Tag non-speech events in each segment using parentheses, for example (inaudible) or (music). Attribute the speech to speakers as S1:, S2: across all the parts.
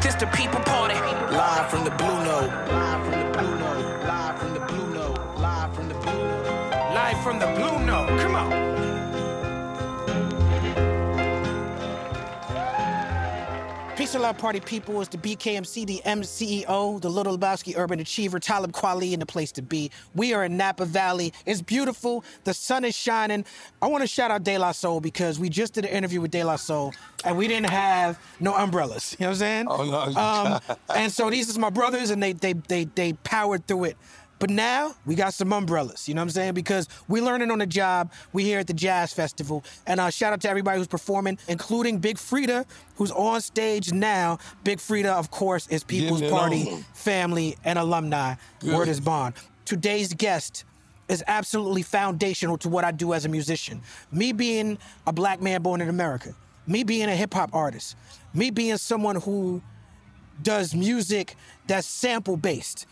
S1: This the people party.
S2: Live from the Blue Note. Live from the Blue Note. Live from the Blue Note. Live from the Blue Note.
S1: Live from the Blue Note. Come on.
S3: Peace and love, party people. It's the BKMC, the MCEO, the Little Lebowski Urban Achiever, Talib Kweli, and the place to be. We are in Napa Valley. It's beautiful. The sun is shining. I want to shout out De La Soul because we just did an interview with De La Soul and we didn't have no umbrellas. You know what I'm saying?
S4: Oh, no.
S3: Um, and so these is my brothers, and they they they they powered through it. But now we got some umbrellas, you know what I'm saying? Because we learning on the job. We here at the Jazz Festival, and uh, shout out to everybody who's performing, including Big Frida, who's on stage now. Big Frida, of course, is People's
S4: Getting it
S3: Party
S4: on.
S3: family and alumni. Word is bond. Today's guest is absolutely foundational to what I do as a musician. Me being a black man born in America, me being a hip hop artist, me being someone who does music that's sample based.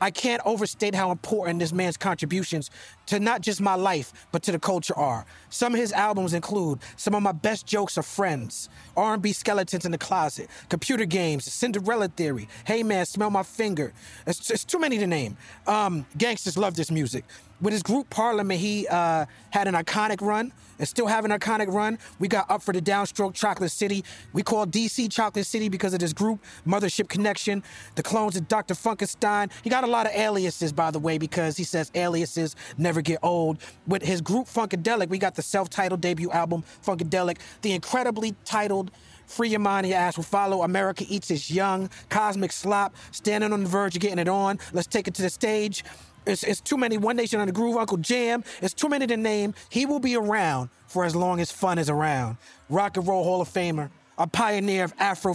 S3: I can't overstate how important this man's contributions to not just my life, but to the culture are. Some of his albums include some of my best jokes are Friends, R&B Skeletons in the Closet, Computer Games, Cinderella Theory, Hey Man, Smell My Finger. It's, it's too many to name. Um, gangsters love this music. With his group Parliament, he uh, had an iconic run and still have an iconic run. We got up for the downstroke Chocolate City. We call DC Chocolate City because of this group, Mothership Connection, the clones of Dr. Funkenstein. He got a lot of aliases, by the way, because he says aliases never get old. With his group Funkadelic, we got the self titled debut album, Funkadelic, the incredibly titled. Free Your Mind and Your Ass Will Follow, America Eats Its Young, Cosmic Slop, Standing on the Verge of Getting It On, Let's Take It to the Stage. It's, it's too many. One Nation on the Groove, Uncle Jam. It's too many to name. He will be around for as long as fun is around. Rock and Roll Hall of Famer, a pioneer of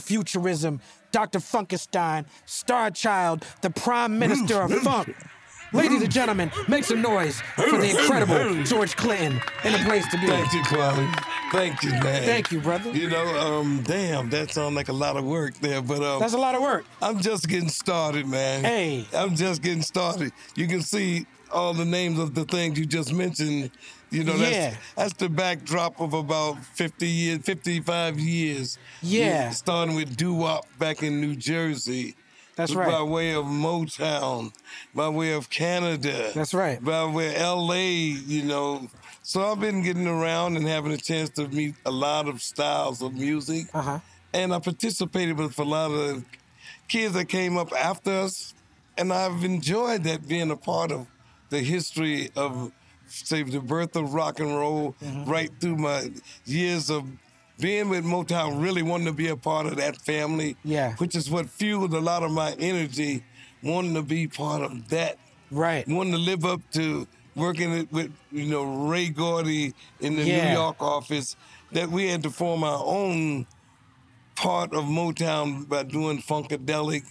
S3: Afrofuturism, Dr. Funkenstein, Star Child, the Prime Minister of Funk. Ladies and gentlemen, make some noise for the incredible George Clinton in the place to be.
S4: Thank you, Kwame. Thank you, man.
S3: Thank you, brother.
S4: You know, um, damn, that sounds like a lot of work there, but um,
S3: That's a lot of work.
S4: I'm just getting started, man.
S3: Hey.
S4: I'm just getting started. You can see all the names of the things you just mentioned. You know, that's
S3: Yeah.
S4: that's the backdrop of about 50 years, 55 years.
S3: Yeah.
S4: Starting with doo-wop back in New Jersey.
S3: That's right.
S4: By way of Motown, by way of Canada.
S3: That's right.
S4: By way of LA, you know. So I've been getting around and having a chance to meet a lot of styles of music
S3: Uh-huh.
S4: and I participated with a lot of kids that came up after us, and I've enjoyed that being a part of the history of, say, the birth of rock and roll, right through my years of being with Motown, really wanting to be a part of that family,
S3: Yeah.
S4: which is what fueled a lot of my energy, wanting to be part of that
S3: Right.
S4: wanting to live up to working it with you know Ray Gordy in the
S3: Yeah.
S4: New York office that we had to form our own part of Motown by doing Funkadelic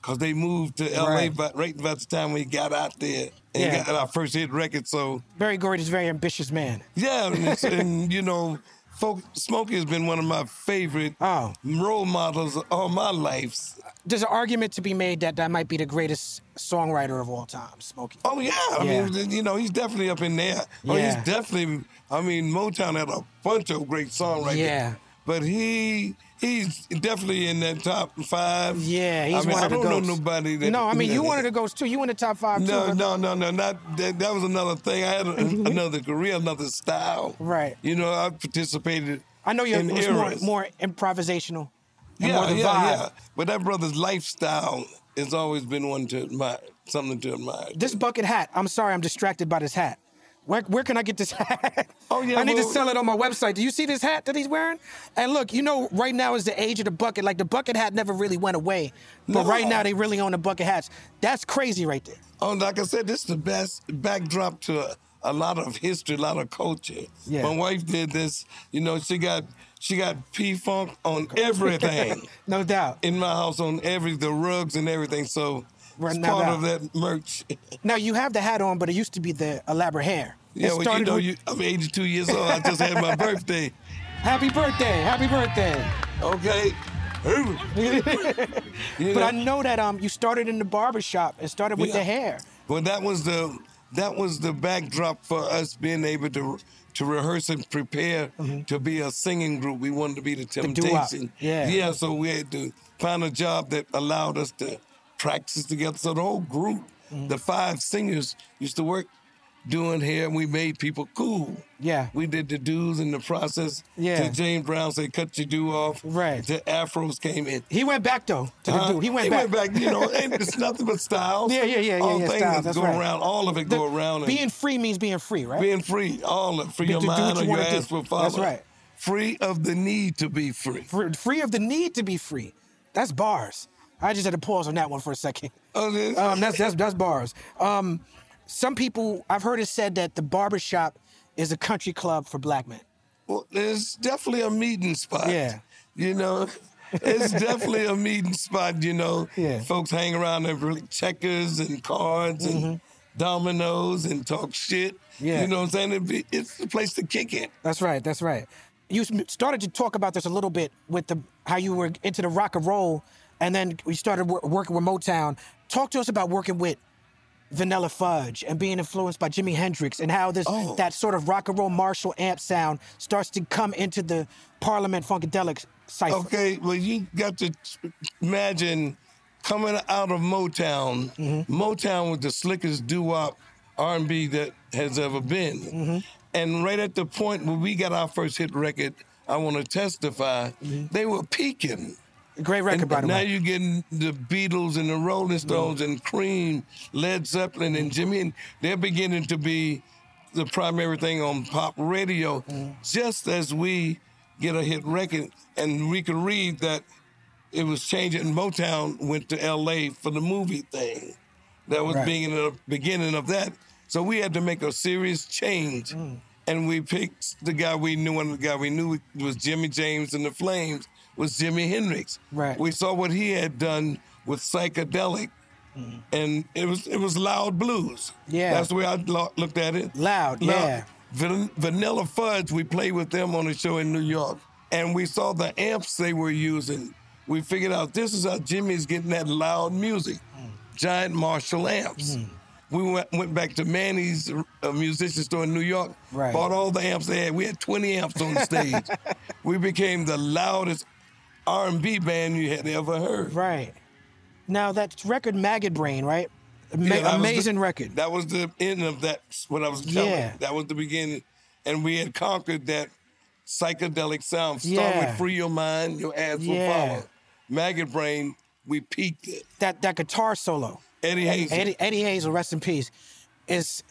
S4: because they moved to LA
S3: Right.
S4: by, right about the time we got out there and
S3: Yeah.
S4: got our first hit record so
S3: Barry Gordy is a very ambitious man.
S4: yeah and, it's-
S3: (laughs)
S4: and, you know folk, Smokey has been one of my favorite
S3: Oh.
S4: role models all my life
S3: There's an argument to be made that that might be the greatest songwriter of all time, Smokey.
S4: Oh yeah, I
S3: Yeah.
S4: mean, you know, he's definitely up in there. Oh,
S3: Yeah.
S4: he's definitely. I mean, Motown had a bunch of great songwriters.
S3: Yeah.
S4: But he he's definitely in that top five.
S3: Yeah, he's
S4: I mean,
S3: one
S4: I
S3: of the
S4: don't
S3: goats.
S4: know nobody that.
S3: No, I mean you
S4: that-
S3: one of the goats too. You in the top five too.
S4: no,
S3: huh?
S4: no, no, no, not that, that was another thing. I had
S3: (laughs)
S4: a, another career, another style.
S3: Right.
S4: You know, I participated.
S3: I know you're
S4: in
S3: it's more,
S4: eras.
S3: more improvisational. and
S4: Yeah,
S3: more the
S4: yeah,
S3: vibe.
S4: yeah. But that brother's lifestyle has always been one to admire, something to admire.
S3: This bucket hat. I'm sorry, I'm distracted by this hat. Where, where can I get this (laughs) hat?
S4: Oh, yeah,
S3: I need to
S4: well-
S3: sell it on my website. Do you see this hat that he's wearing? And look, you know, right now is the age of the bucket. Like the bucket hat never really went away, but
S4: No.
S3: right now they really own the bucket hats. That's crazy, right there.
S4: Oh, like I said, this is the best backdrop to a, a lot of history, a lot of culture.
S3: Yeah.
S4: My wife did this. You know, she got she got P Funk on everything
S3: (laughs) No doubt.
S4: in my house, on every the rugs and everything. So
S3: Right
S4: it's
S3: now
S4: part
S3: that-
S4: of that merch.
S3: Now you have the hat on, but it used to be the elaborate hair. It
S4: Yeah, well, you
S3: started
S4: know,
S3: with-
S4: you, I'm 82 years old. I just had
S3: (laughs)
S4: my birthday.
S3: Happy birthday! Happy birthday! (laughs)
S4: Okay. (laughs) You
S3: But I
S4: know?
S3: know that um, you started in the barber shop and started with
S4: Yeah.
S3: the hair.
S4: Well, that was the that was the backdrop for us being able to to rehearse and prepare to be a singing group. We wanted to be the
S3: Mm-hmm. doo-wop.
S4: Temptation.
S3: Yeah.
S4: yeah, so we had to find a job that allowed us to practice together. So the whole group,
S3: Mm-hmm.
S4: the five singers, used to work doing hair and we made people cool.
S3: Yeah.
S4: We did the dues in the process.
S3: Yeah.
S4: Till James Brown said, cut your do off.
S3: Right.
S4: Till afros came in.
S3: He went back though to the
S4: Huh?
S3: dude. He went back.
S4: You know, ain't it's nothing but styles.
S3: Yeah, yeah, yeah, yeah,
S4: All
S3: yeah,
S4: things
S3: styles, that's
S4: go
S3: right.
S4: around. All of it
S3: The-
S4: go around. and
S3: being free means being free, right?
S4: being free. All of free
S3: Be-
S4: your
S3: to do what
S4: mind
S3: you
S4: or your
S3: wanna do.
S4: ass will follow.
S3: That's right.
S4: Free of the need to be free.
S3: Fr- free of the need to be free. That's bars. I just had to pause on that one for a second.
S4: Okay.
S3: Um, that's that's that's bars. Um, some people I've heard it said that the barbershop is a country club for black men.
S4: Well, it's definitely a meeting spot.
S3: Yeah.
S4: You know,
S3: (laughs)
S4: it's definitely a meeting spot. You know,
S3: Yeah.
S4: folks hang around and really checkers and cards and dominoes and talk shit.
S3: Mm-hmm. Yeah.
S4: You know what I'm saying? It'd be, it's the place to kick it.
S3: That's right. That's right. You s- started to talk about this a little bit with the how you were into the rock and roll, and then we started wor- working with Motown. Talk to us about working with Vanilla Fudge and being influenced by Jimi Hendrix, and how this
S4: Oh.
S3: that sort of rock and roll Marshall amp sound starts to come into the Parliament Funkadelic cipher.
S4: Okay, well, you got to imagine coming out of Motown. Motown was the slickest doo-wop R&B that has ever been. And right at the point when we got our first hit record, I Want to Testify, they were peaking.
S3: Great record,
S4: And
S3: by the
S4: now
S3: way.
S4: you're getting the Beatles and the Rolling Stones and Cream, Led Zeppelin and Jimmy, and they're beginning to be the primary thing on pop radio.
S3: Mm.
S4: Just as we get a hit record, and we could read that it was changing. Motown went to L.A. for the movie thing. That was
S3: Right.
S4: being the beginning of that. So we had to make a serious change.
S3: Mm.
S4: And we picked the guy we knew, and the guy we knew was Jimmy James and the Flames was Jimi Hendrix.
S3: Right.
S4: We saw what he had done with psychedelic, and it was it was loud blues.
S3: Mm-hmm. Yeah.
S4: that's the way I lo- looked at it.
S3: Loud, yeah.
S4: Van- Vanilla Fudge, we played with them on a show in New York, and we saw the amps they were using. We figured out this is how Jimmy's getting that loud music,
S3: Mm.
S4: giant Marshall amps. We went, went back to Manny's uh, musician store in New York,
S3: Right.
S4: bought all the amps they had. We had 20 amps
S3: (laughs)
S4: on the stage. we became the loudest R&B band you had ever heard.
S3: Right. Now that record Maggot Brain, right? Ama-
S4: Yeah, that was the-
S3: amazing record.
S4: That was the end of that. What I was telling.
S3: Yeah.
S4: you. That was the beginning, and we had conquered that psychedelic sound. Start
S3: Yeah.
S4: with free your mind, your ass
S3: Yeah.
S4: will follow. Maggot brain, we peaked it.
S3: that that guitar solo.
S4: Eddie Hazel.
S3: Eddie, Eddie Hazel, rest in peace. Is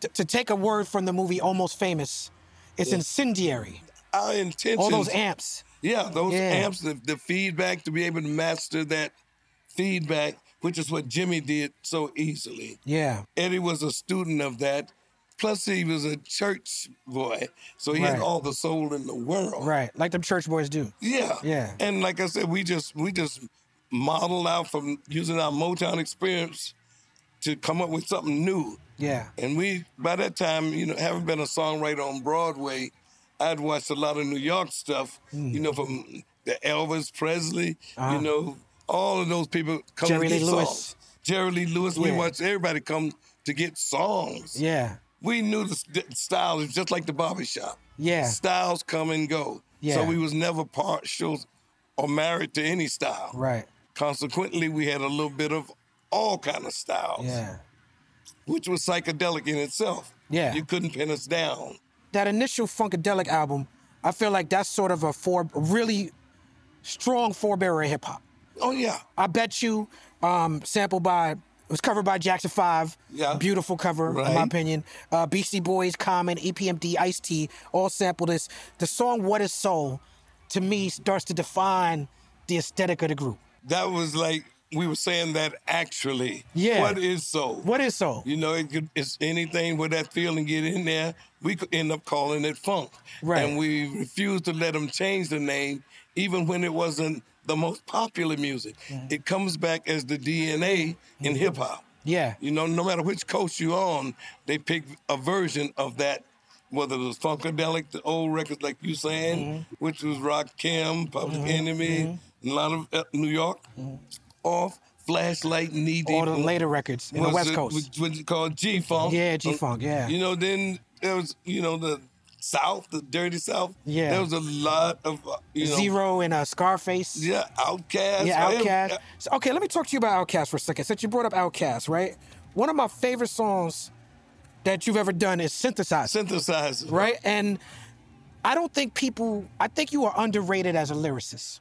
S3: t- to take a word from the movie Almost Famous. It's incendiary.
S4: Our intention.
S3: All those amps.
S4: Yeah, those
S3: Yeah.
S4: amps, the, the feedback to be able to master that feedback, which is what Jimmy did so easily.
S3: Yeah.
S4: Eddie was a student of that. Plus, he was a church boy, so he
S3: Right.
S4: had all the soul in the world.
S3: Right. Like them church boys do.
S4: Yeah.
S3: Yeah.
S4: And like I said, we just we just model out from using our Motown experience to come up with something new.
S3: Yeah.
S4: And we by that time, you know, having been a songwriter on Broadway, I'd watched a lot of New York stuff,
S3: Hmm.
S4: you know, from the Elvis Presley, you know, all of those people
S3: Uh-huh.
S4: come
S3: Jerry
S4: to get
S3: Lee Lewis.
S4: songs. Jerry Lee Lewis, we
S3: Yeah.
S4: watched everybody come to get songs.
S3: Yeah.
S4: We knew the st- styles was just like the barbershop.
S3: Yeah.
S4: Styles come and go.
S3: Yeah.
S4: So we was never partial or married to any style.
S3: Right.
S4: Consequently, we had a little bit of all kind of styles,
S3: Yeah.
S4: which was psychedelic in itself.
S3: Yeah.
S4: You couldn't pin us down.
S3: That initial Funkadelic album, I feel like that's sort of a for really strong forebearer of hip hop.
S4: Oh yeah.
S3: I bet you, um, sampled by it was covered by Jackson Five.
S4: Yeah.
S3: Beautiful cover, in my
S4: Right.
S3: opinion. Uh, Beastie Boys, Common, EPMD, Ice T, all sampled this. The song "What Is Soul" to me starts to define the aesthetic of the group.
S4: That was like we were saying that actually.
S3: Yeah.
S4: What is so?
S3: What is soul?
S4: You know, it could, it's anything where that feeling get in there, we could end up calling it funk.
S3: Right.
S4: And we refused to let them change the name, even when it wasn't the most popular music. It comes back as the DNA in
S3: Mm-hmm.
S4: hip hop.
S3: Yeah.
S4: You know, no matter which coast you on, they pick a version of that. Whether it was Funkadelic, the old records like you saying,
S3: Mm-hmm.
S4: which was Rock Kim, Public Enemy, and a lot of uh, New York, off Flashlight, Knee Deep,
S3: All Mm-hmm. the later records in the
S4: was
S3: West
S4: it-
S3: Coast.
S4: was- was it called Oh, G Funk.
S3: Yeah, G-Funk, yeah.
S4: You know, then there was you know the South, the dirty South.
S3: Yeah.
S4: There was a lot of, uh, you know.
S3: Zero and uh, Scarface.
S4: Yeah, Outcast.
S3: Yeah, Outcast.
S4: Every-
S3: So, okay, let me talk to you about Outcast for a second. Since you brought up Outcast, right? One of my favorite songs that you've ever done is Synthesizer,
S4: synthesizer.
S3: right? And I don't think people. I think you are underrated as a lyricist.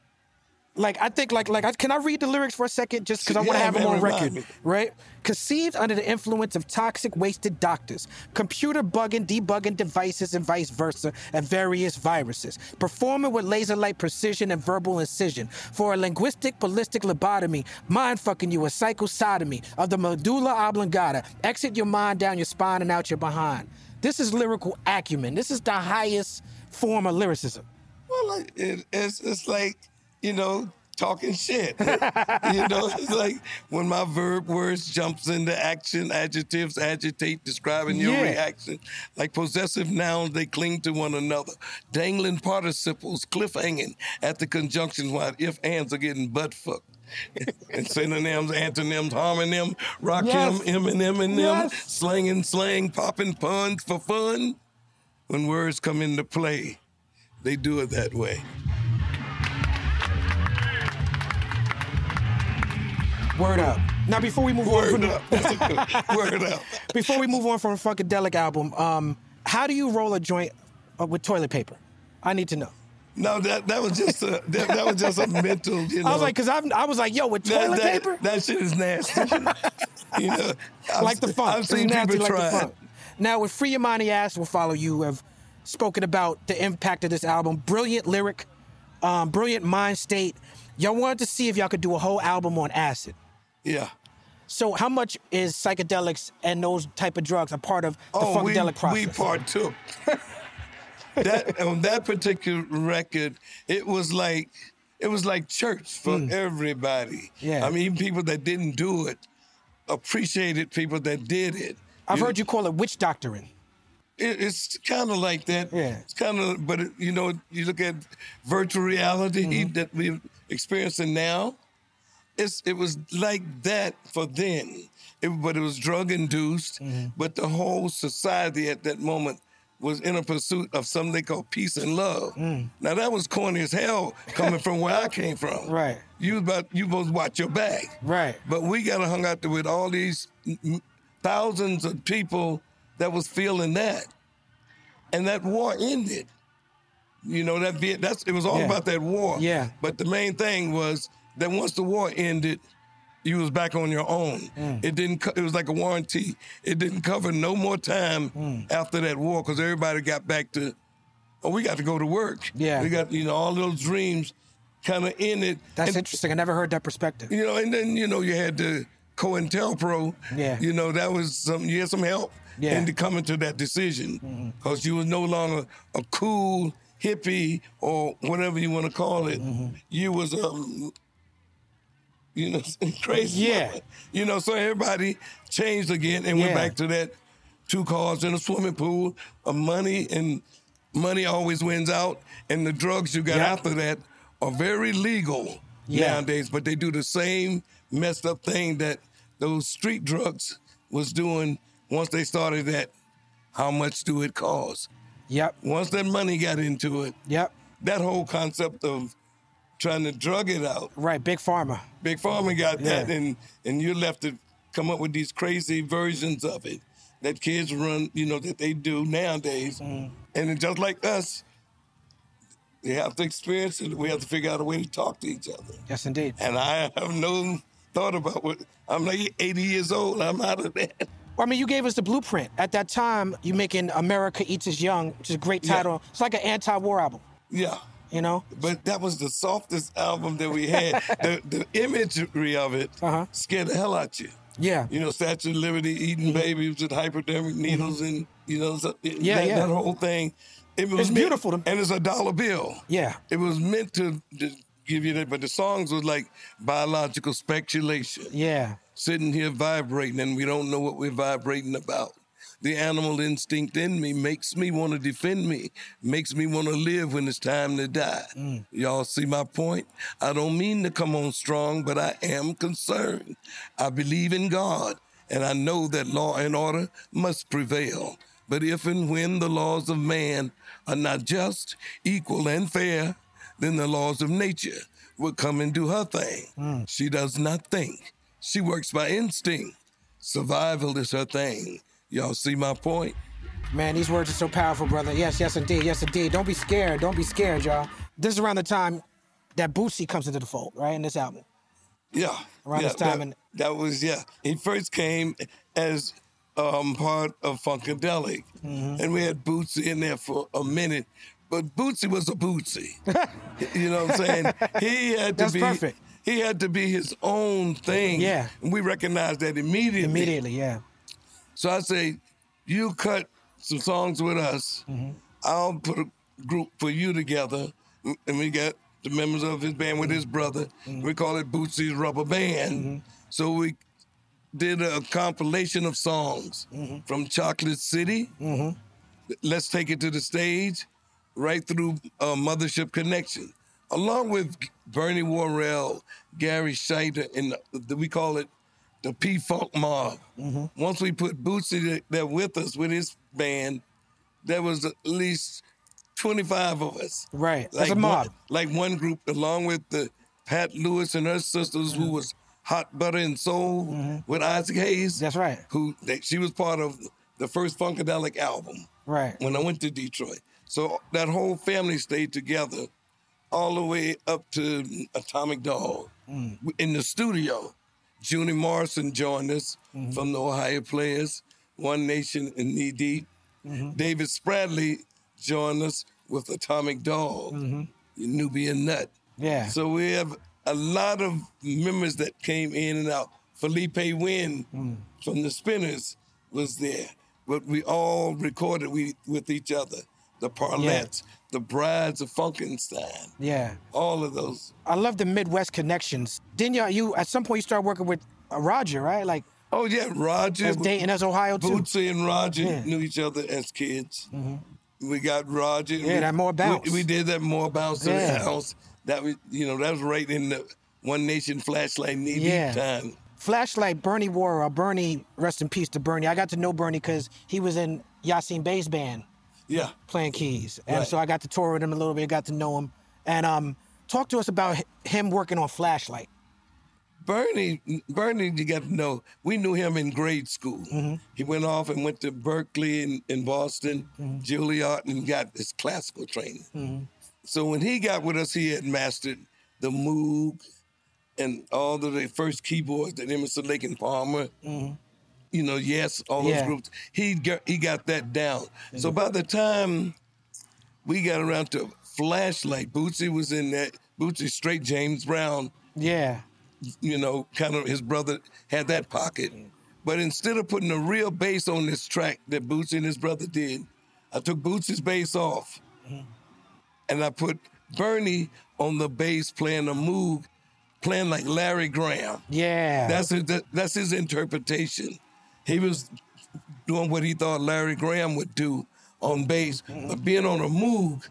S3: Like I think, like, like, I, can I read the lyrics for a second, just because I want to
S4: Yeah,
S3: have them
S4: man,
S3: on
S4: remind
S3: record,
S4: me.
S3: right? Conceived under the influence of toxic, wasted doctors, computer bugging, debugging devices, and vice versa, and various viruses. Performing with laser-like precision and verbal incision for a linguistic, ballistic lobotomy, mind fucking you, a psychosodomy of the medulla oblongata. Exit your mind down your spine and out your behind. This is lyrical acumen. This is the highest form of lyricism.
S4: Well, like, it, it's it's like you know
S3: (laughs)
S4: talking shit. you know, it's like when my verb words jumps into action, adjectives agitate, describing your
S3: Yeah.
S4: reaction. Like possessive nouns, they cling to one another. Dangling participles, cliffhanging at the conjunction, while if ands are getting butt fucked. (laughs) and synonyms, antonyms, harmonym, rock
S3: Yes.
S4: him, Eminem, and them,
S3: Yes.
S4: slanging slang, popping puns for fun. When words come into play, they do it that way.
S3: Word up. Now, before we move on
S4: Word
S3: from the-
S4: up. (laughs) That's a good- Word up.
S3: Before we move on from Funkadelic album, um, how do you roll a joint uh, with toilet paper? I need to know.
S4: No, that that was just a that, that was just a mental, you
S3: (laughs)
S4: know.
S3: I was like, because I was like, yo, with
S4: that,
S3: toilet
S4: that-
S3: paper,
S4: That shit is nasty. you know, I've,
S3: (laughs) like the funk.
S4: I've seen
S3: It's nasty
S4: people
S3: like
S4: try.
S3: the
S4: it.
S3: funk. Now, with Free Imani Ass will follow you. Have spoken about the impact of this album. Brilliant lyric, um, brilliant mind state. Y'all wanted to see if y'all could do a whole album on acid.
S4: Yeah.
S3: So, how much is psychedelics and those type of drugs a part of the
S4: oh, we,
S3: funkadelic
S4: we
S3: process?
S4: partook. (laughs) that on that particular record, it was like it was like church for everybody.
S3: Mm. Yeah.
S4: I mean, even people that didn't do it appreciated people that did it.
S3: I've
S4: know?
S3: heard you call it witch doctoring.
S4: it, it's kind of like that.
S3: Yeah.
S4: It's kind of, but it, you know, you look at virtual
S3: Mm-hmm.
S4: reality e, that we're experiencing now. It's it was like that for then, it, but it was drug induced.
S3: Mm-hmm.
S4: But the whole society at that moment was in a pursuit of something they call peace and love.
S3: Mm.
S4: Now that was corny as hell coming from
S3: (laughs)
S4: where I came from.
S3: Right.
S4: You about you both watch your back.
S3: Right.
S4: But we got hung out there with all these m- m- thousands of people that was feeling that, and that war ended. You know that Viet, that's it was all
S3: Yeah.
S4: about that war.
S3: Yeah.
S4: But the main thing was that once the war ended, you was back on your own.
S3: Mm.
S4: It didn't. Co- it was like a warranty. It didn't cover no more time
S3: Mm.
S4: after that war because everybody got back to. Oh, we got to go to work.
S3: Yeah.
S4: We got you know all those dreams, kind of ended.
S3: That's
S4: And-
S3: interesting. I never heard that perspective.
S4: you know, and then you know you had the COINTELPRO.
S3: Yeah.
S4: You know that was some you had some help
S3: Yeah. Mm-hmm.
S4: in coming to that decision because you was no longer a cool hippie or whatever you want to call it.
S3: Mm-hmm.
S4: You was um, you know, (laughs) crazy.
S3: Yeah.
S4: mother. You know, so everybody changed again and
S3: Yeah.
S4: went back to that two cars in a swimming pool of money and money always wins out and the drugs you got
S3: Yeah.
S4: after that are very legal
S3: Yeah.
S4: nowadays, but they do the same messed up thing that those street drugs was doing once they started that. How much do it cost?
S3: Yep.
S4: Once that money got into it,
S3: Yep.
S4: that whole concept of trying to drug it out
S3: Right. Big pharma.
S4: Big Pharma got that,
S3: Yeah.
S4: and and you're left to come up with these crazy versions of it that kids run, you know, that they do nowadays.
S3: Mm-hmm.
S4: And it's just like us, we have to experience it. We have to figure out a way to talk to each other.
S3: Yes, indeed.
S4: And I have no thought about what I'm like 80 years old. I'm out of that.
S3: I mean, you gave us the blueprint. At that time, you making America Eats Us Young, which is a great
S4: Yeah.
S3: title. It's like an anti-war album,
S4: Yeah.
S3: you know?
S4: But that was the softest album that we had.
S3: (laughs)
S4: the, the imagery of it
S3: Uh-huh.
S4: scared the hell out you.
S3: Yeah.
S4: you know, Statue of Liberty
S3: Mm-hmm.
S4: eating babies with hypodermic needles and you know, so
S3: Yeah,
S4: that,
S3: yeah.
S4: that whole thing. It was
S3: It's
S4: meant-
S3: beautiful to-
S4: and it's a dollar bill.
S3: Yeah.
S4: it was meant to, to give you that, but the songs was like biological speculation,
S3: Yeah.
S4: sitting here vibrating, and we don't know what we're vibrating about. The animal instinct in me makes me want to defend me, makes me want to live when it's time to die. Y'all see my point? I don't mean to come on strong, but I am concerned. I believe in God, and I know that law and order must prevail. But if and when the laws of man are not just, equal, and fair, then the laws of nature will come and do her thing.
S3: Hmm.
S4: She does not think, she works by instinct. Survival is her thing. Y'all see my point?
S3: Man, these words are so powerful, brother. Yes, yes, indeed. Yes, indeed. Don't be scared. Don't be scared, y'all. This is around the time that Bootsy comes into the fold, right? In this album.
S4: Yeah.
S3: Around
S4: yeah,
S3: this time
S4: that,
S3: in-
S4: that was yeah. He first came as um, part of Funkadelic,
S3: Mm-hmm.
S4: and we had Bootsy in there for a minute. But Bootsy was
S3: (laughs)
S4: a Bootsy. you know what I'm saying? He had to
S3: That's
S4: be.
S3: perfect.
S4: He had to be his own thing.
S3: Yeah.
S4: And we recognized that immediately.
S3: Immediately, yeah.
S4: So I say, you cut some songs with us. I'll put a group for you together, and we got the members of his band with his brother. We call it Bootsy's Rubber Band. So we did a compilation of songs from Chocolate City. Let's take it to the stage, right through uh, Mothership Connection, along with Bernie Worrell, Gary Scheider, and the, we call it the P Funk Mob. Once we put Bootsy th- there with us with his band, there was at least twenty five of us.
S3: Right. That's a
S4: one-
S3: mob.
S4: like one group, along with the Pat Lewis and her sisters,
S3: Mm-hmm.
S4: who was Hot Butter and Soul with Isaac Hayes.
S3: That's right.
S4: Who that she was part of the first Funkadelic album
S3: Right.
S4: when I went to Detroit. So that whole family stayed together all the way up to Atomic Dog in the studio. Junie Morrison joined us from the Ohio Players, One Nation and Knee Deep. David Spradley joined us with Atomic Dog, Nubian Nut.
S3: Yeah.
S4: So we have a lot of members that came in and out. Felipe Wynn
S3: Hmm.
S4: from the Spinners was there, but we all recorded we, with each other. The Parlettes, the Brides of Funkenstein,
S3: yeah.
S4: all of those.
S3: I love the Midwest connections. Then y'all, you at some point you start working with uh, Roger, right? Like
S4: Oh yeah, Roger,
S3: as Dayton, as Ohio too.
S4: Bootsy, and Roger
S3: Yeah. Mm-hmm.
S4: knew each other as kids. We got Roger.
S3: Yeah,
S4: we,
S3: that more
S4: we-
S3: bounce.
S4: We, did that more bounce in
S3: Yeah.
S4: the house. That was, you know, that was right in the One Nation flashlight knee
S3: Yeah.
S4: deep time.
S3: Flashlight Bernie Warrell, Bernie, rest in peace to Bernie. I got to know Bernie because he was in Yasin Bey's band
S4: Yeah.
S3: playing keys, and
S4: Right.
S3: so I got to tour with him a little bit, got to know him, and um, talk to us about hi- him working on Flashlight.
S4: Bernie, Bernie, you got to know, we knew him in grade school. He went off and went to Berkeley in, in Boston, Juilliard, and got his classical training. So when he got with us, he had mastered the Moog and all of the first keyboards that Emerson, Lake, and Palmer, you know, yes, all those
S3: Yeah.
S4: groups. He got, he got that down. So by the time we got around to Flashlight, Bootsy was in that, Bootsy straight James Brown
S3: Yeah,
S4: you know, kind of his brother had that pocket. But instead of putting a real bass on this track that Bootsy and his brother did, I took Bootsy's bass off and I put Bernie on the bass playing a moog, playing like Larry Graham.
S3: yeah,
S4: That's his, that- that's his interpretation. He was doing what he thought Larry Graham would do on bass, but being on a Moog,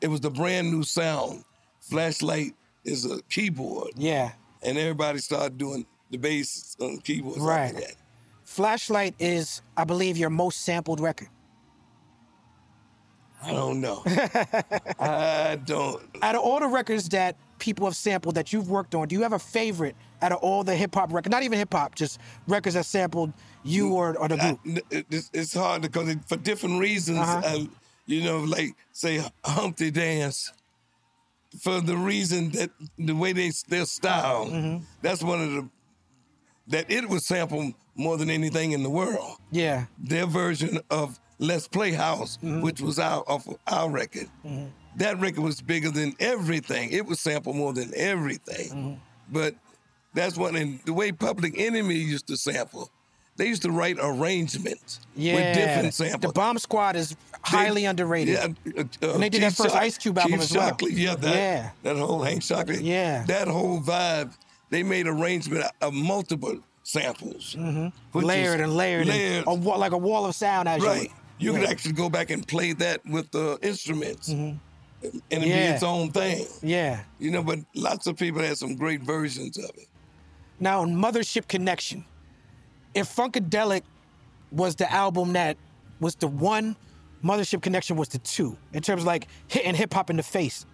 S4: it was the brand new sound. Flashlight is a keyboard
S3: yeah.
S4: and everybody started doing the bass on keyboards
S3: Right.
S4: right. after that.
S3: Flashlight is, I believe, your most sampled record.
S4: I
S3: (laughs)
S4: don't know. I don't.
S3: Out of all the records that people have sampled that you've worked on, do you have a favorite out of all the hip hop records? Not even hip hop, just records that sampled you or, or the
S4: Mm, I,
S3: group.
S4: it's, it's hard because it, for different reasons,
S3: Uh-huh.
S4: I, you know, like say Humpty Dance, for the reason that the way they their style,
S3: Mm-hmm.
S4: that's one of the that it was sampled more than anything in the world.
S3: Yeah,
S4: their version of Let's Play House,
S3: Mm-hmm.
S4: which was our off of our record. That record was bigger than everything. It was sampled more than everything.
S3: Mm-hmm.
S4: But that's one and the way Public Enemy used to sample. They used to write arrangements
S3: yeah.
S4: with different
S3: The
S4: samples.
S3: Bomb Squad is
S4: They-
S3: highly underrated.
S4: Yeah, uh, uh,
S3: And they did that
S4: Chief
S3: first
S4: Shock-
S3: Ice Cube album
S4: Chief
S3: as well.
S4: Shockley, yeah, that,
S3: Yeah.
S4: that whole Hank Shockley.
S3: Yeah.
S4: That whole vibe. They made arrangement of multiple samples.
S3: Mm-hmm.
S4: which is
S3: layered and layered, And
S4: Layered.
S3: a wa- like a wall of sound as
S4: Right.
S3: yeah.
S4: You
S3: Mm-hmm.
S4: could actually go back and play that with the instruments and it'd
S3: Yeah.
S4: be its own thing.
S3: yeah
S4: You know, but lots of people had some great versions of it.
S3: now on mothership connection if funkadelic was the album that was the one, Mothership Connection was the two in terms of like hitting hip hop in the face.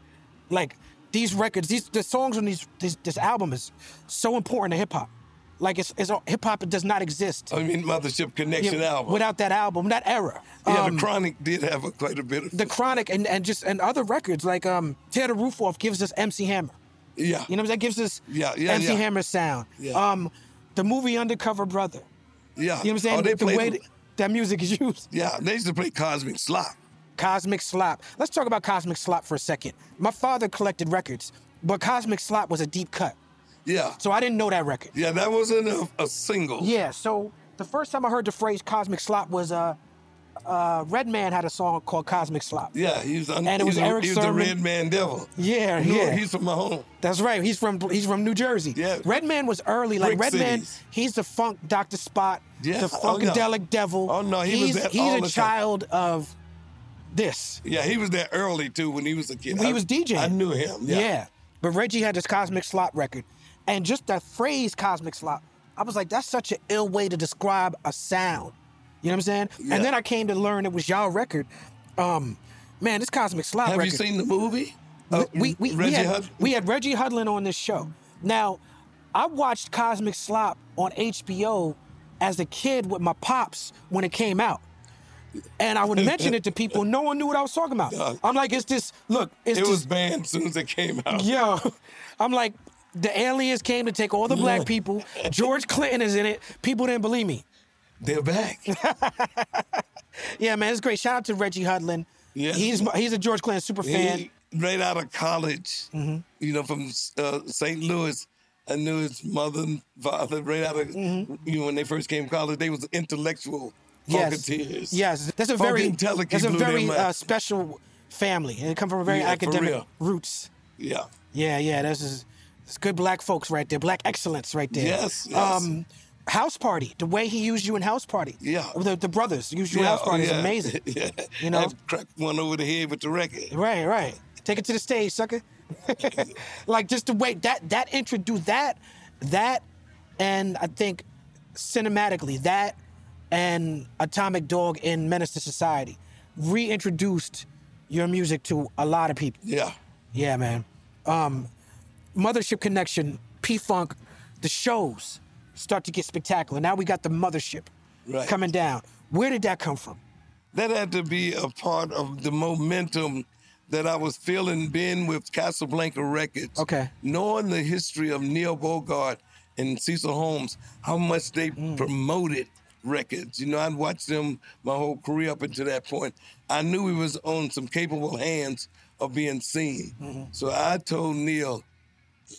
S3: Like these records, these the songs on these this, this album is so important to hip hop. Like it's, it's hip hop does not exist
S4: I mean, Mothership Connection
S3: yeah,
S4: Oh, album.
S3: without that album, that era.
S4: yeah,
S3: Um,
S4: the Chronic did have a, quite a bit of.
S3: the Chronic and, and just and other records like um Tear the Roof Off gives us MC Hammer.
S4: yeah.
S3: You know what I'm saying? Gives us
S4: Yeah, yeah,
S3: MC
S4: yeah.
S3: Hammer sound.
S4: Yeah.
S3: Um the movie Undercover Brother.
S4: yeah.
S3: You know what I'm saying?
S4: Oh, they
S3: the
S4: played
S3: way
S4: the-
S3: that- that music is (laughs) used.
S4: yeah, they used to play Cosmic Slop.
S3: Cosmic Slop. Let's talk about Cosmic Slop for a second. My father collected records, but Cosmic Slop was a deep cut.
S4: Yeah.
S3: So I didn't know that record.
S4: Yeah, that wasn't a, a single.
S3: Yeah, so the first time I heard the phrase Cosmic Slop was uh uh Redman had a song called Cosmic Slop.
S4: Yeah, he was, un-
S3: And it
S4: he
S3: was
S4: a-
S3: Eric
S4: he was the
S3: Sermon.
S4: Red Man Devil.
S3: Yeah,
S4: No,
S3: yeah.
S4: he's from my home.
S3: That's right. He's from he's from New Jersey.
S4: Yeah.
S3: Redman was early. Like
S4: Brick
S3: Redman,
S4: cities.
S3: he's the funk Dr. Spot,
S4: Yeah,
S3: the
S4: oh, yeah.
S3: funkadelic devil.
S4: Oh, no, he was
S3: he's,
S4: that
S3: he's
S4: all
S3: a
S4: the time.
S3: child of this.
S4: Yeah, he was there early too when he was a kid.
S3: He
S4: I-
S3: was DJing.
S4: I knew him. Yeah.
S3: But Reggie had this cosmic slot record. And just that phrase cosmic slot, I was like, that's such an ill way to describe a sound. You know what I'm saying?
S4: Yeah.
S3: And then I came to learn it was y'all record. Um, man, this cosmic slot
S4: Have
S3: record.
S4: you seen the movie? Uh,
S3: Oh, we, we, we,
S4: Reggie
S3: had,
S4: Hudson?
S3: we had Reggie Hudlin on this show. Now, I watched Cosmic Slop on HBO as a kid with my pops when it came out. And I would mention it to people, no one knew what I was talking
S4: (laughs)
S3: about. I'm like, it's this, look, it's
S4: it
S3: this,
S4: was banned as soon as it came out.
S3: yo. I'm like, the aliens came to take all the black
S4: Yeah.
S3: people. George Clinton is in it. People didn't believe me. (laughs)
S4: They're back.
S3: Yeah, man, it's great. Shout out to Reggie Hudlin.
S4: Yeah.
S3: He's he's a George Clinton super fan.
S4: He- right out of college,
S3: Mm-hmm.
S4: you know, from uh, St. Louis. I knew his mother and father right out of, you know, when they first came to college, they was intellectual
S3: Mm-hmm. Yes.
S4: funketeers.
S3: Yes, that's a very
S4: Funkadelic
S3: that's a
S4: blew their
S3: very
S4: mind.
S3: uh, special family, and it come from a very
S4: Yeah, for
S3: academic
S4: real.
S3: roots.
S4: Yeah.
S3: Yeah, yeah, that's is it's good black folks right there, black excellence right there.
S4: Yes, yes.
S3: Um, house party, the way he used you in house party.
S4: Yeah.
S3: the, the brothers used you in
S4: Yeah,
S3: house
S4: oh,
S3: party is
S4: yeah. (laughs)
S3: amazing.
S4: yeah.
S3: You know?
S4: I cracked one over the head with the record.
S3: Right, right. Take it to the stage, sucker. (laughs) like just the way that that introduced that that and I think cinematically that and Atomic Dog in Menace to Society reintroduced your music to a lot of people.
S4: Yeah.
S3: Yeah, man. Um, Mothership Connection, P Funk, the shows start to get spectacular. Now we got the mothership
S4: Right.
S3: coming down. Where did that come from?
S4: That had to be a part of the momentum that I was feeling being with Casablanca Records.
S3: Okay.
S4: Knowing the history of Neil Bogart and Cecil Holmes, how much they promoted records. You know, I'd watched them my whole career up until that point. I knew he was on some capable hands of being seen. So I told Neil,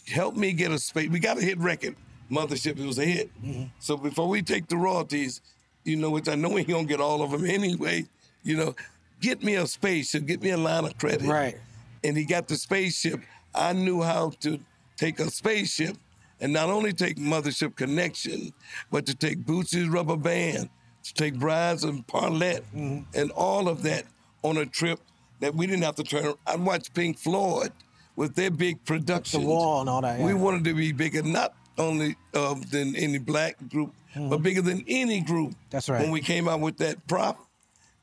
S4: help me get a space. We got a hit record. Mothership, it was a hit.
S3: Mm-hmm.
S4: So before we take the royalties, you know, which I know we ain't gonna get all of them anyway, you know, get me a spaceship, get me a line of credit.
S3: Right.
S4: And he got the spaceship. I knew how to take a spaceship and not only take Mothership Connection, but to take Bootsy's Rubber Band, to take Brides and Parlette,
S3: Mm-hmm.
S4: and all of that on a trip that we didn't have to turn. I watched Pink Floyd with their big production.
S3: Wall and all that.
S4: We
S3: yeah.
S4: wanted to be bigger, not only uh, than any black group, but bigger than any group.
S3: Mm-hmm. That's right.
S4: When we came out with that prop,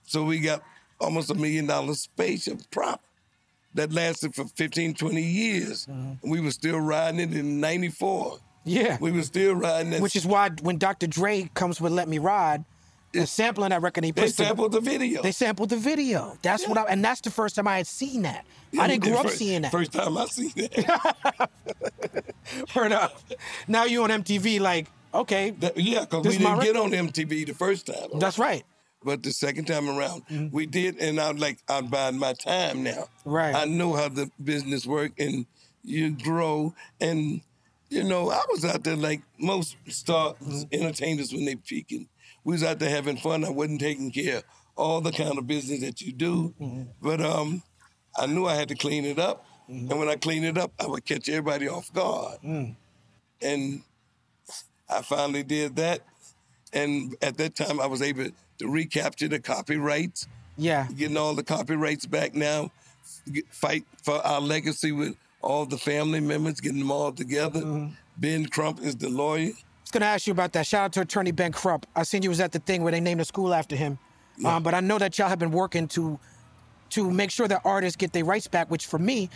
S4: so we got almost a million dollar spaceship prop that lasted for 15, 20 years. We were still riding it in 94.
S3: Mm-hmm. yeah.
S4: We were still riding it.
S3: Which is why when Dr. Dre comes with "Let Me Ride," and sampling that record, he
S4: they
S3: puts the-
S4: sampled the video.
S3: they sampled the video. That's what I, and that's the first time I had seen that. I didn't grow up
S4: (laughs) First-
S3: seeing that.
S4: First time I seen
S3: (laughs)
S4: that.
S3: Turn up. Now you on MTV, like okay,
S4: That- yeah, because
S3: This
S4: we
S3: is my
S4: didn't get on MTV the first time.
S3: that's right.
S4: But the second time around, we did, and I'm like, I'm buying my time now.
S3: Right.
S4: I know how the business work, and you grow, and you know, I was out there like most star entertainers when they peaking. We was out there having fun. I wasn't taking care of all the kind of business that you do, but um, I knew I had to clean it up, and when I cleaned it up, I would catch everybody off guard, and I finally did that. And at that time, I was able to recapture the copyrights,
S3: Yeah,
S4: getting all the copyrights back now, get- fight for our legacy with all the family members, getting them all together. Ben Crump is the lawyer.
S3: I was gonna ask you about that. Shout out to Attorney Ben Krupp. I seen you was at the thing where they named a school after him. Um, but I know that y'all have been working to to make sure that artists get their rights back. Which for me,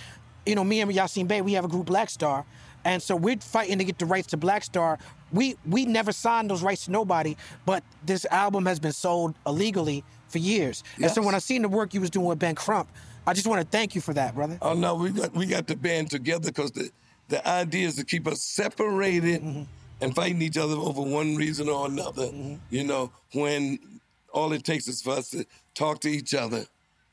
S3: you know, me and Yasin Bey, we have a group Black Star, and so we're fighting to get the rights to Black Star. We we never signed those rights to nobody, but this album has been sold illegally for years. And so
S4: Yes.
S3: when I seen the work you was doing with Ben Crump, I just want to thank you for that, brother.
S4: Oh no, we got we got the band together because the the idea is to keep us separated and fighting each other over one reason or another. You know, when all it takes is for us to talk to each other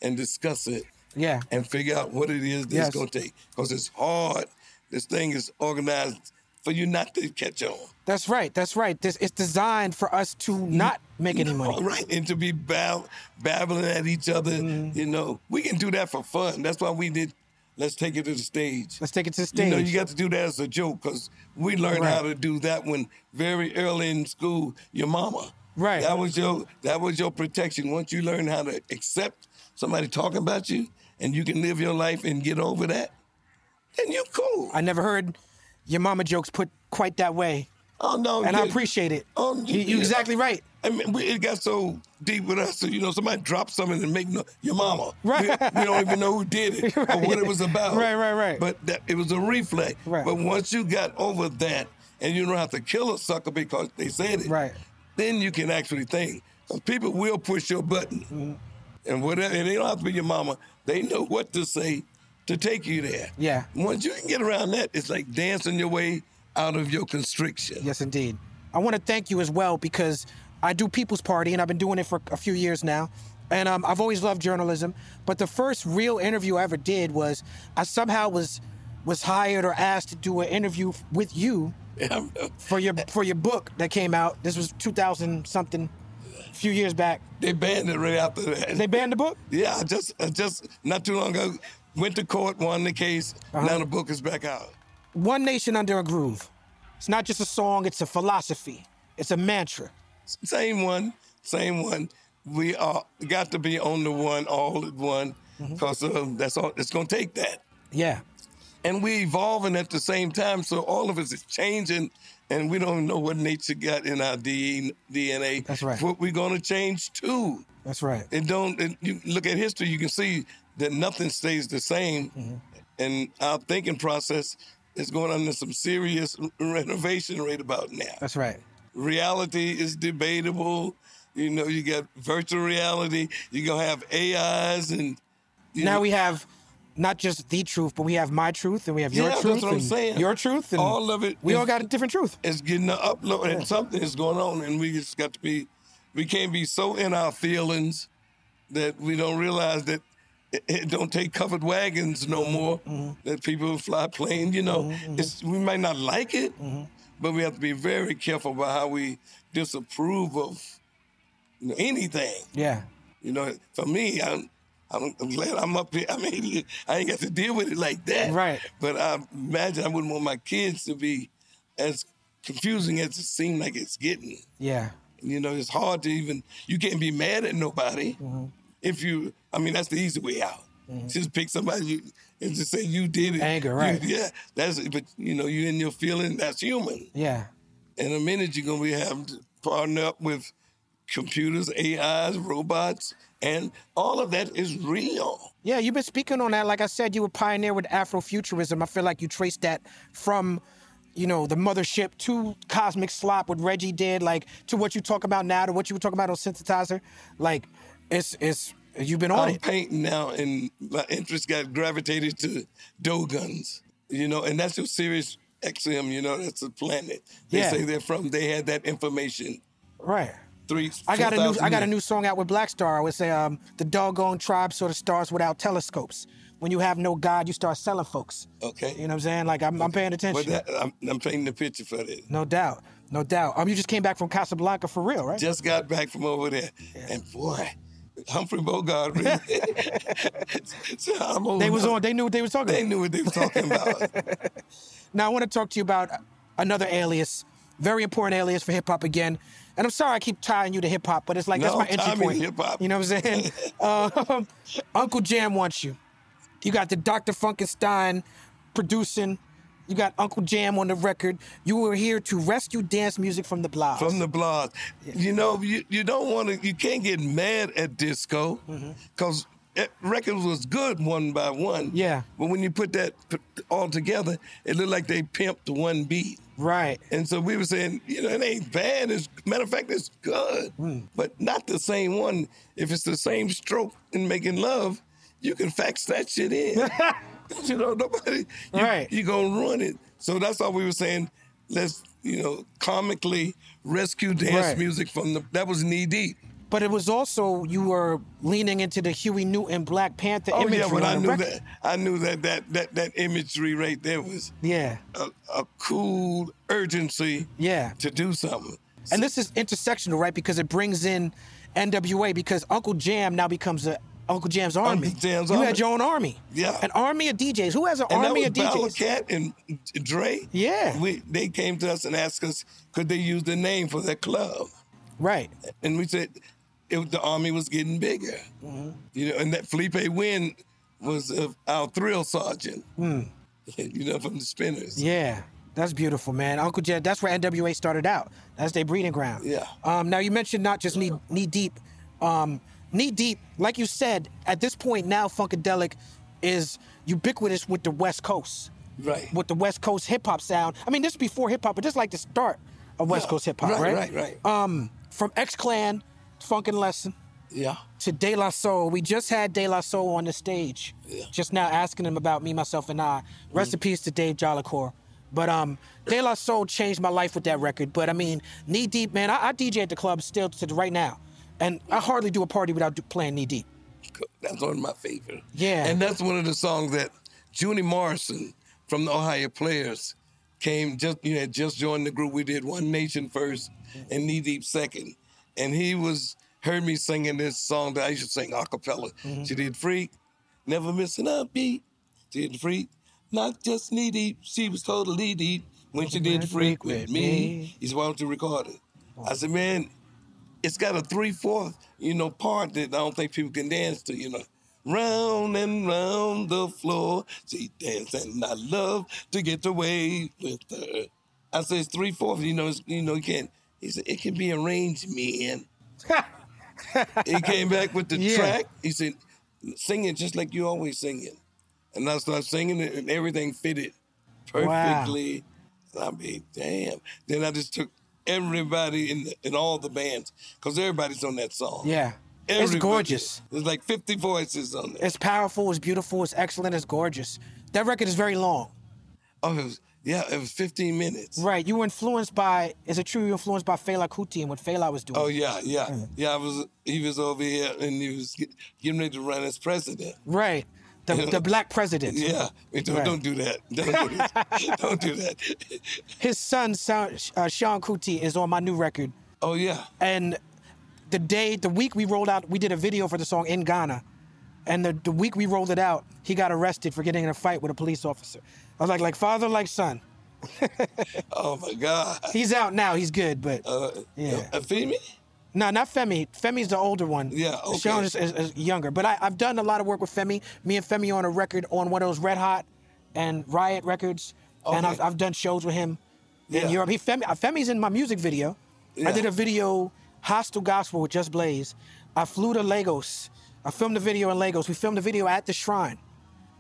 S4: and discuss it
S3: Yeah.
S4: and figure out what it is that's
S3: Yes.
S4: going to take because it's hard. This thing is organized for you not to catch on.
S3: That's right. That's right. This it's designed for us to not make any money.
S4: All right, and to be bab- babbling at each other,
S3: Mm-hmm.
S4: you know, we can do that for fun. That's why we did. Let's take it to the stage.
S3: Let's take it to the
S4: You know,
S3: stage.
S4: you got to do that as a joke because we learned how
S3: Right.
S4: to do that when very early in school. Your mama,
S3: Right.
S4: That was your that was your protection. Once you learn how to accept somebody talking about you, and you can live your life and get over that, then you cool.
S3: I never heard your mama jokes put quite that way,
S4: oh no,
S3: and I
S4: yeah.
S3: appreciate it.
S4: Oh,
S3: you, you
S4: yeah.
S3: exactly right.
S4: I mean, we, it got so deep with us. So, you know, somebody dropped something and make no, your mama.
S3: (laughs) Right.
S4: We, we don't even know who did
S3: (laughs)
S4: it or what it was about.
S3: Right, right, right.
S4: But that, it was a reflex.
S3: Right.
S4: But once you got over that and you don't have to kill a sucker because they said it,
S3: Right.
S4: then you can actually think. 'Cause people will push your button.
S3: Mm-hmm.
S4: And whatever, and they don't have to be your mama. They know what to say to take you there.
S3: Yeah.
S4: Once you can get around that, it's like dancing your way out of your constriction.
S3: Yes, indeed. I want to thank you as well because I do People's Party and I've been doing it for a few years now. And um, I've always loved journalism. But the first real interview I ever did was I somehow was was hired or asked to do an interview with you
S4: (laughs)
S3: for your for your book that came out. This was 2000 something, a few years back.
S4: They banned it right after that.
S3: They banned the book.
S4: Yeah, I just I just not too long ago went to court, won the case.
S3: Uh-huh.
S4: Now the book is back out.
S3: One Nation Under a Groove. It's not just a song, it's a philosophy. It's a mantra.
S4: Same one, same one. We are got to be on the one, all at one,
S3: Mm-hmm.
S4: because that's all. It's gonna take that,
S3: Yeah.
S4: and we evolving at the same time. So all of us is changing, and we don't know what nature got in our D- DNA.
S3: That's right.
S4: What we're gonna change to.
S3: That's right.
S4: it don't it, you look at history you can see that nothing stays the same and our thinking process is going under some serious (laughs) renovation right about now
S3: That's right.
S4: reality is debatable you know you got virtual reality you're going to have ais and you
S3: now
S4: know,
S3: we have not just the truth, but we have my truth and we have your
S4: Yeah, that's
S3: truth.
S4: what I'm
S3: and
S4: saying.
S3: Your truth and
S4: All of it
S3: We
S4: is-
S3: all got a different truth.
S4: it's getting an upload and something is going on and we just got to be we can't be so in our feelings that we don't realize that it, it don't take covered wagons no more that people fly planes you know it's we might not like it but we have to be very careful about how we disapprove of you know, anything
S3: Yeah.
S4: you know for me i'm I'm I'm glad I'm up here. I mean, (laughs) I ain't got to deal with it like that.
S3: Right.
S4: But I imagine I wouldn't want my kids to be as confusing as it seems like it's getting.
S3: Yeah.
S4: You know, it's hard to even, you can't be mad at nobody
S3: Mm-hmm.
S4: if you, I mean, that's the easy way out. Just pick somebody you, and just say you did it.
S3: Anger,
S4: You-
S3: right.
S4: yeah, that's it. But, you know, you in your feeling, that's human.
S3: Yeah.
S4: In a minute, you're going to be having to partner up with computers, AIs, robots, and all of that is real.
S3: Yeah, you've been speaking on that. Like I said, you were pioneer with Afrofuturism. I feel like you traced that from, you know, the mothership to cosmic slop, what Reggie did, like to what you talk about now, to what you were talking about on synthesizer. Like, it's it's you've been on
S4: I'm
S3: it.
S4: painting now, and my interest got gravitated to dough guns. You know, and that's your serious XM. You know, that's a planet. They
S3: Yeah.
S4: say they're from. They had that information.
S3: Right.
S4: Three.
S3: I got a new
S4: 4,000
S3: I got a
S4: years.
S3: new song out with Black Star. I would say um, the doggone tribe sort of stars without telescopes. When you have no God, you start selling folks.
S4: Okay.
S3: You know what I'm saying? Like I'm, I'm paying attention.
S4: But that, I'm, I'm painting the picture for that.
S3: no doubt. No doubt. Um, you just came back from Casablanca for real, right?
S4: Just got back from over there, and boy, Humphrey
S3: (laughs)
S4: Bogart. Really, (laughs) so I'm over
S3: they was
S4: there.
S3: on. They knew what they was talking
S4: They
S3: about.
S4: knew what they were talking about.
S3: Now I want to talk to you about another alias, very important alias for hip hop again. And I'm sorry I keep tying you to hip hop, but it's like that's
S4: No,
S3: my entry
S4: tie me to
S3: point.
S4: hip-hop.
S3: You know what I'm
S4: (laughs)
S3: saying? um, Uncle Jam wants you. You got the Dr. Funkenstein producing, You got Uncle Jam on the record. You were here to rescue dance music from the blob.
S4: from the blog. You know, you, you don't want to, you can't get mad at disco because records was good one by one.
S3: Yeah.
S4: But when you put that p- all together, it looked like they pimped one beat.
S3: right.
S4: And so we were saying, you know, it ain't bad. As matter of fact, it's good,
S3: Hmm.
S4: but not the same one. If it's the same stroke in making love, you can fax that
S3: (laughs)
S4: shit in. (laughs) you know, nobody, you,
S3: Right.
S4: you gonna ruin it. So that's why we were saying, let's, you know, comically rescue dance
S3: Right.
S4: music from the. That was knee deep.
S3: But it was also you were leaning into the Huey Newton Black Panther
S4: Oh
S3: imagery
S4: yeah,
S3: on
S4: but I
S3: the
S4: knew
S3: record.
S4: that. I knew that that that that imagery right there was
S3: Yeah.
S4: a, a cool urgency.
S3: Yeah.
S4: To do something.
S3: And this is intersectional, right? Because it brings in NWA because Uncle Jam now becomes a Uncle Jam's army.
S4: Jam's
S3: you had
S4: army.
S3: your own army.
S4: Yeah.
S3: An army of DJs. Who has an
S4: And
S3: army of
S4: that was
S3: DJs?
S4: Cat and Dre.
S3: Yeah.
S4: We, they came to us and asked us, could they use the name for their club?
S3: Right.
S4: And we said, it, was- the army was getting bigger.
S3: Mm-hmm.
S4: You know, and that Felipe Wynn was uh, our thrill sergeant, (laughs) you know, from the Spinners.
S3: Hmm. Yeah. That's beautiful, man. Uncle Jam, that's where NWA started out. That's their breeding ground.
S4: Yeah.
S3: Um, now you mentioned not just knee knee deep. Um, knee deep, like you said, at this point now Funkadelic is ubiquitous with the West Coast.
S4: Right.
S3: with the West Coast hip hop sound. I mean, this is before hip hop, but this is like the start of West
S4: Yeah.
S3: Coast hip hop, right?
S4: Right, right, right.
S3: Um, from X Clan, Funkin' Lesson
S4: yeah.
S3: to De La Soul. We just had De La Soul on the stage, just now asking him about me, myself, and I. Rest
S4: Mm-hmm.
S3: in peace to Dave Jolicoeur. But um, De La Soul changed my life with that record. But I mean, knee deep, man. I, I DJ at the club still to right now, and I hardly do a party without do, playing knee deep.
S4: That's one of my favorite.
S3: Yeah.
S4: And that's one of the songs that Junie Morrison from the Ohio Players came just you know had just joined the group. We did One Nation first and Knee Deep second, and he was heard me singing this song that I used to sing a cappella. She did Freak, never missing a beat. She did Freak, not just knee deep. She was totally deep when she did Freak with me. He's wanted to record it. I said, man, it's got a three fourth, you know, part that I don't think people can dance to, you know. Round and round the floor, she dance and I love to get away with her. I said it's three fourths, you know, it's, you know, you can't. He said it can be arranged, man. he came back with the
S3: Yeah.
S4: track. He said, sing it just like you always singing. And I started singing it and everything fitted perfectly. I mean, damn. Then I just took everybody in the, in all the bands because everybody's on that song.
S3: Yeah, it's
S4: Everybody.
S3: gorgeous.
S4: There's like 50 voices on there.
S3: It's powerful. It's beautiful. It's excellent. It's gorgeous. That record is very long.
S4: Oh, it was, yeah, it was 15 minutes.
S3: Right, you were influenced by. Is it true you were influenced by Fela Kuti and what Fela was doing?
S4: Oh yeah, yeah, yeah. I was he was over here and he was get- getting ready to run as president.
S3: Right, the
S4: (laughs)
S3: the black president.
S4: Yeah, we don't,
S3: Right.
S4: don't do that. (laughs) Don't
S3: (laughs)
S4: do, that. don't do that.
S3: His son, Sa- uh, Sean Kuti, is on my new record.
S4: Oh yeah,
S3: And the day, the week we rolled out, we did a video for the song in Ghana. And the, the week we rolled it out, he got arrested for getting in a fight with a police officer. I was like, like father, like son.
S4: oh my God.
S3: He's out now. He's good, but
S4: Uh,
S3: Yeah.
S4: a female.
S3: No, not Femi. Femi's the older one.
S4: Yeah, okay.
S3: Sean is, is, is younger. But I, I've done a lot of work with Femi. Me and Femi on a record on one of those Red Hot and Riot records. And
S4: Okay.
S3: I've, I've done shows with him
S4: Yeah.
S3: in Europe. He, Femi, uh, Femi's in my music video. I
S4: Yeah.
S3: did a video, Hostile Gospel with Just Blaze. I flew to Lagos. I filmed the video in Lagos. We filmed the video at the shrine.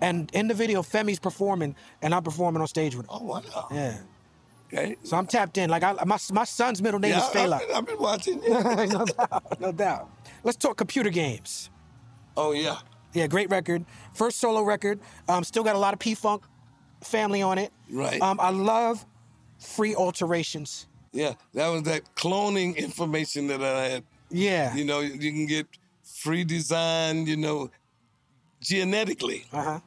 S3: And in the video, Femi's performing, and I'm performing on stage with him.
S4: Oh wow.
S3: Yeah.
S4: Okay.
S3: So I'm tapped in. Like, I, my, my son's middle name
S4: yeah,
S3: is
S4: I- I've (laughs)
S3: Fela.
S4: been- I've been watching. it.
S3: (laughs) no doubt, no doubt. Let's talk computer games.
S4: oh yeah.
S3: Yeah, great record. First solo record. Um, still got a lot of P Funk family on it.
S4: Right.
S3: Um, I love free alterations.
S4: Yeah, that was that cloning information that I had.
S3: Yeah.
S4: You know, you can get free design, you know, genetically,
S3: Uh huh.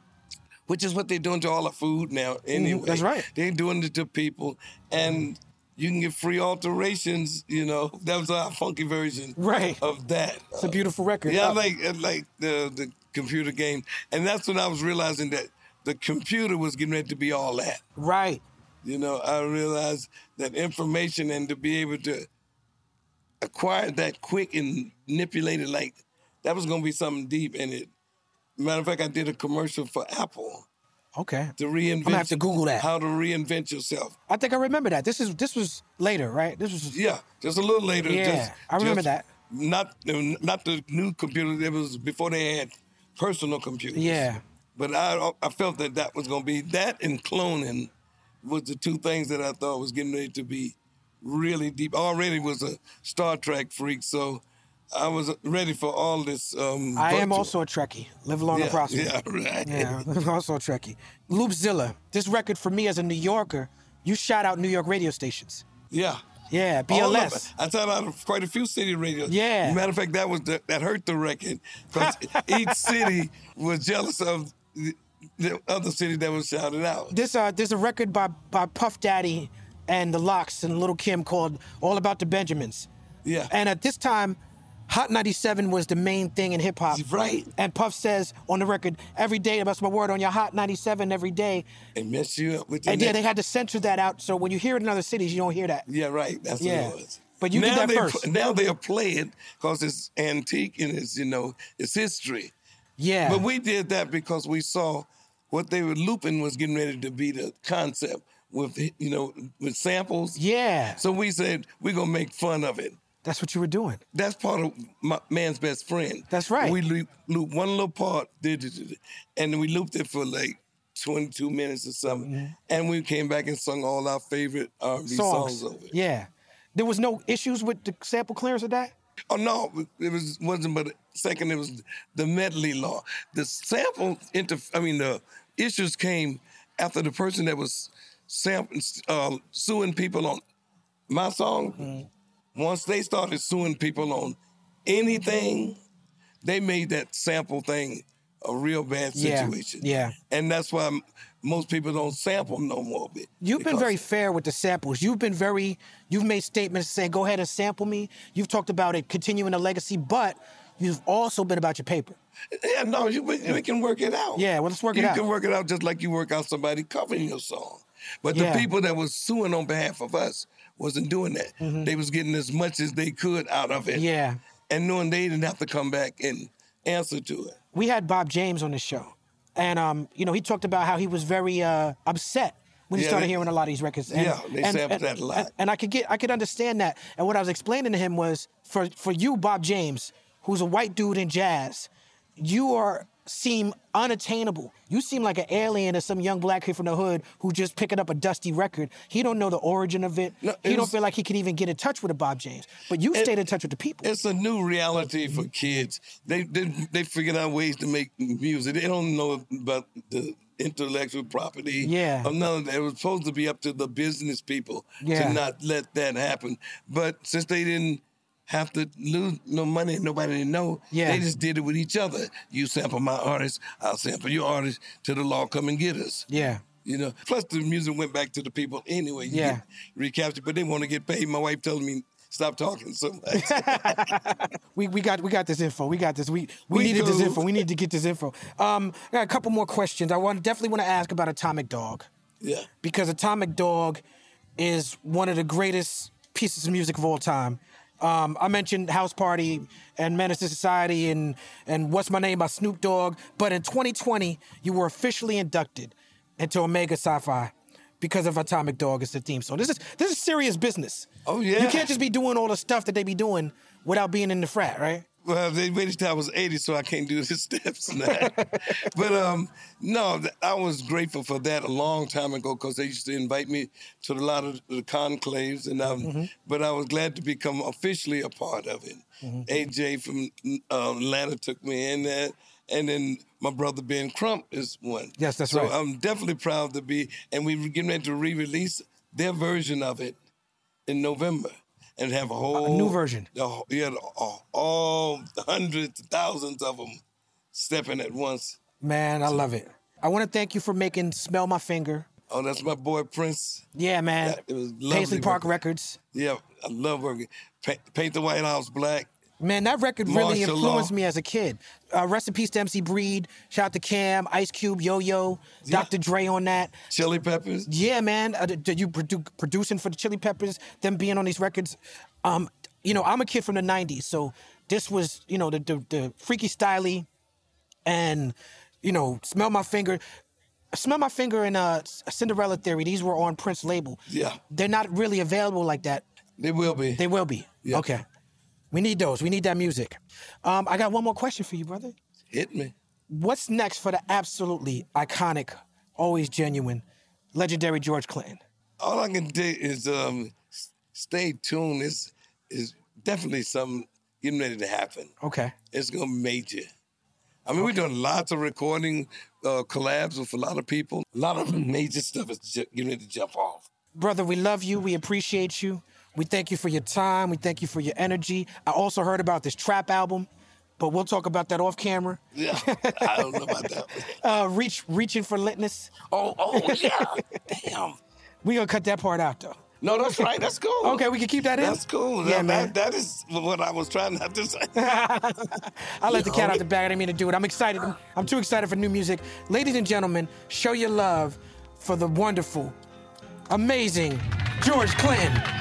S4: which is what they're doing to all our food now anyway.
S3: Mm-hmm, that's right.
S4: They're doing it to people. And you can get free alterations, you know. (laughs) That was our funky version
S3: Right.
S4: of that.
S3: It's a beautiful record.
S4: Oh. Yeah, I
S3: Uh,
S4: like I like the the computer game. And that's when I was realizing that the computer was getting ready to be all that.
S3: right.
S4: You know, I realized that information and to be able to acquire that quick and manipulate it like that was gonna be something deep in it. Matter of fact, I did a commercial for Apple
S3: Okay.
S4: To reinvent.
S3: I'm gonna have to Google that.
S4: How to reinvent yourself.
S3: I think I remember that. This is this was later, right? This was
S4: Yeah, just a little later.
S3: Yeah,
S4: just-
S3: I remember
S4: just
S3: that.
S4: Not not the new computer. It was before they had personal computers.
S3: Yeah.
S4: But I I felt that that was going to be that and cloning was the two things that I thought was getting ready to be really deep. I already was a Star Trek freak, so I was ready for all this.
S3: I am
S4: Um, virtual.
S3: also a Trekkie. Live long
S4: yeah,
S3: and prosper.
S4: Yeah, right.
S3: Yeah, (laughs) also Trekkie. Loopzilla. This record for me as a New Yorker, you shout out New York radio stations.
S4: (laughs) yeah.
S3: Yeah,
S4: All of
S3: BLS.
S4: it. I thought out of quite a few city radios.
S3: Yeah.
S4: Matter of fact, that was the, that hurt the record
S3: (laughs)
S4: because each city was jealous of the, the other city that was shouted out.
S3: This uh, there's a record by by Puff Daddy and the Locks and Little Kim called "All About the Benjamins."
S4: Yeah.
S3: And at this time, Hot 97 was the main thing in hip hop.
S4: Right.
S3: And Puff says on the record, every day, that's my word, on your Hot 97 every day.
S4: It messed you up with the
S3: And yeah,
S4: neck.
S3: they had to censor that out. So when you hear it in other cities, you don't hear that.
S4: Yeah, right. That's
S3: Yeah.
S4: what it was.
S3: But you did
S4: now
S3: that
S4: they,
S3: first.
S4: Now they'll play it because it's antique and it's, you know, it's history.
S3: Yeah.
S4: But we did that because we saw what they were looping was getting ready to be the concept with, you know, with samples.
S3: yeah.
S4: So we said, we're going to make fun of it.
S3: That's what you were doing.
S4: That's part of my man's best friend.
S3: That's right.
S4: We loop, loop one little part, did- did- did- and we looped it for like 22 minutes or something.
S3: Mm-hmm.
S4: And we came back and sung all our favorite R&B songs,
S3: Songs.
S4: over it.
S3: Yeah. There was no issues with the sample clearance of that?
S4: Oh no, it was wasn't but second. It was the medley law. The sample inter. I mean the issues came after the person that was sam- uh, suing people on my song.
S3: Mm-hmm.
S4: Once they started suing people on anything, they made that sample thing a real bad
S3: Yeah,
S4: situation.
S3: yeah.
S4: and that's why m- most people don't sample no more. be-
S3: You've been
S4: because-
S3: very fair with the samples. You've been very, you've made statements saying, go ahead and sample me. You've talked about it continuing the legacy, but you've also been about your paper.
S4: Yeah, no, you, we, we can work it out.
S3: Yeah, well, let's work it
S4: you
S3: out.
S4: You can work it out just like you work out somebody covering your song. But
S3: Yeah.
S4: the people that was suing on behalf of us wasn't doing that. They was getting as much as they could out of it.
S3: Mm-hmm. Yeah.
S4: And knowing they didn't have to come back and answer to it.
S3: we had Bob James on the show, and um, you know, he talked about how he was very uh, upset when he
S4: Yeah,
S3: started
S4: they-
S3: hearing a lot of these records. And,
S4: Yeah, they sampled that a lot.
S3: And, and I could get, I could understand that. And what I was explaining to him was, for for you, Bob James, who's a white dude in jazz, you are seem unattainable. You seem like an alien or some young black kid from the hood who just picking up a dusty record. He don't know the origin of it.
S4: No, it
S3: he don't
S4: was-
S3: feel like he could even get in touch with a Bob James. But you stayed in touch with the people.
S4: It's a new reality for kids. They they, they figured out ways to make music. They don't know about the intellectual property.
S3: Yeah.
S4: Or none of that. It was supposed to be up to the business people
S3: Yeah.
S4: to not let that happen. But since they didn't have to lose no money, nobody didn't know.
S3: Yeah.
S4: They just did it with each other. You sample my artist, I'll sample your artist. Till the law come and get us.
S3: Yeah.
S4: You know, plus the music went back to the people anyway. You
S3: Yeah.
S4: get recaptured, but they want to get paid. My wife telling me stop talking so much.
S3: (laughs) we, we got we got this info. We got this. We we,
S4: We
S3: needed this
S4: do.
S3: info. We need to get this info. Um, I got a couple more questions. I want definitely want to ask about Atomic Dog
S4: yeah.
S3: because Atomic Dog is one of the greatest pieces of music of all time. Um, I mentioned House Party and Menace to Society and and What's My Name by Snoop Dogg, but in 2020 you were officially inducted into Omega Sci-Fi because of Atomic Dog is the theme song. This is this is serious business.
S4: Oh, yeah.
S3: you can't just be doing all the stuff that they be doing without being in the frat, right?
S4: Well, they waited till I was 80, so I can't do the (laughs) steps now. but um, no, th- I was grateful for that a long time ago because they used to invite me to a lot of the conclaves, and I,
S3: Mm-hmm.
S4: but I was glad to become officially a part of it.
S3: Mm-hmm.
S4: AJ from uh, Atlanta took me in there, and then my brother Ben Crump is one.
S3: Yes, that's
S4: so
S3: right.
S4: I'm definitely proud to be, and we were getting ready to re-release their version of it in November and have a whole
S3: new version.
S4: The, whole- yeah, the, all, all hundreds, thousands of them stepping at once.
S3: Man, I love it. I want to thank you for making "Smell My Finger."
S4: Oh, that's my boy Prince.
S3: Yeah, man.
S4: Yeah, it was lovely
S3: Paisley Park
S4: working.
S3: Records.
S4: Yeah, I love working. Pa- paint the White House black.
S3: Man, that record really
S4: Martial
S3: influenced
S4: law.
S3: me as a kid. Uh, rest in peace to MC Breed. Shout out to Cam, Ice Cube, Yo Yo,
S4: Yeah.
S3: Dr. Dre on that.
S4: Chili Peppers.
S3: Yeah, man. Uh, did you produ- producing for the Chili Peppers? Them being on these records. Um, you know, I'm a kid from the '90s, so this was, you know, the the, the freaky styley, and you know, smell my finger. Smell My Finger and uh, Cinderella Theory, these were on Prince label.
S4: Yeah.
S3: They're not really available like that.
S4: They will be.
S3: They will be.
S4: Yeah.
S3: Okay. We need those. We need that music. Um, I got one more question for you, brother.
S4: Hit me.
S3: What's next for the absolutely iconic, always genuine, legendary George Clinton?
S4: All I can do is um, s- stay tuned. It's, it's definitely something getting ready to happen.
S3: Okay.
S4: It's gonna be major. I mean, we're doing lots of recording uh, collabs with a lot of people. A lot of major stuff is ju- getting ready to jump off.
S3: Brother, we love you. We appreciate you. We thank you for your time. We thank you for your energy. I also heard about this trap album, but we'll talk about that off camera.
S4: Yeah, I don't know about that.
S3: (laughs) Uh, reach, reaching for litness.
S4: Oh, oh, yeah. Damn.
S3: We gonna cut that part out though.
S4: No, that's right. That's cool.
S3: Okay, we can keep that in.
S4: That's cool.
S3: Yeah,
S4: That-
S3: man.
S4: that- that is what I was trying not to say. (laughs)
S3: I let the
S4: Yeah,
S3: cat out
S4: okay.
S3: the bag. I didn't mean to do it. I'm excited. I'm too excited for new music. Ladies and gentlemen, show your love for the wonderful, amazing George Clinton.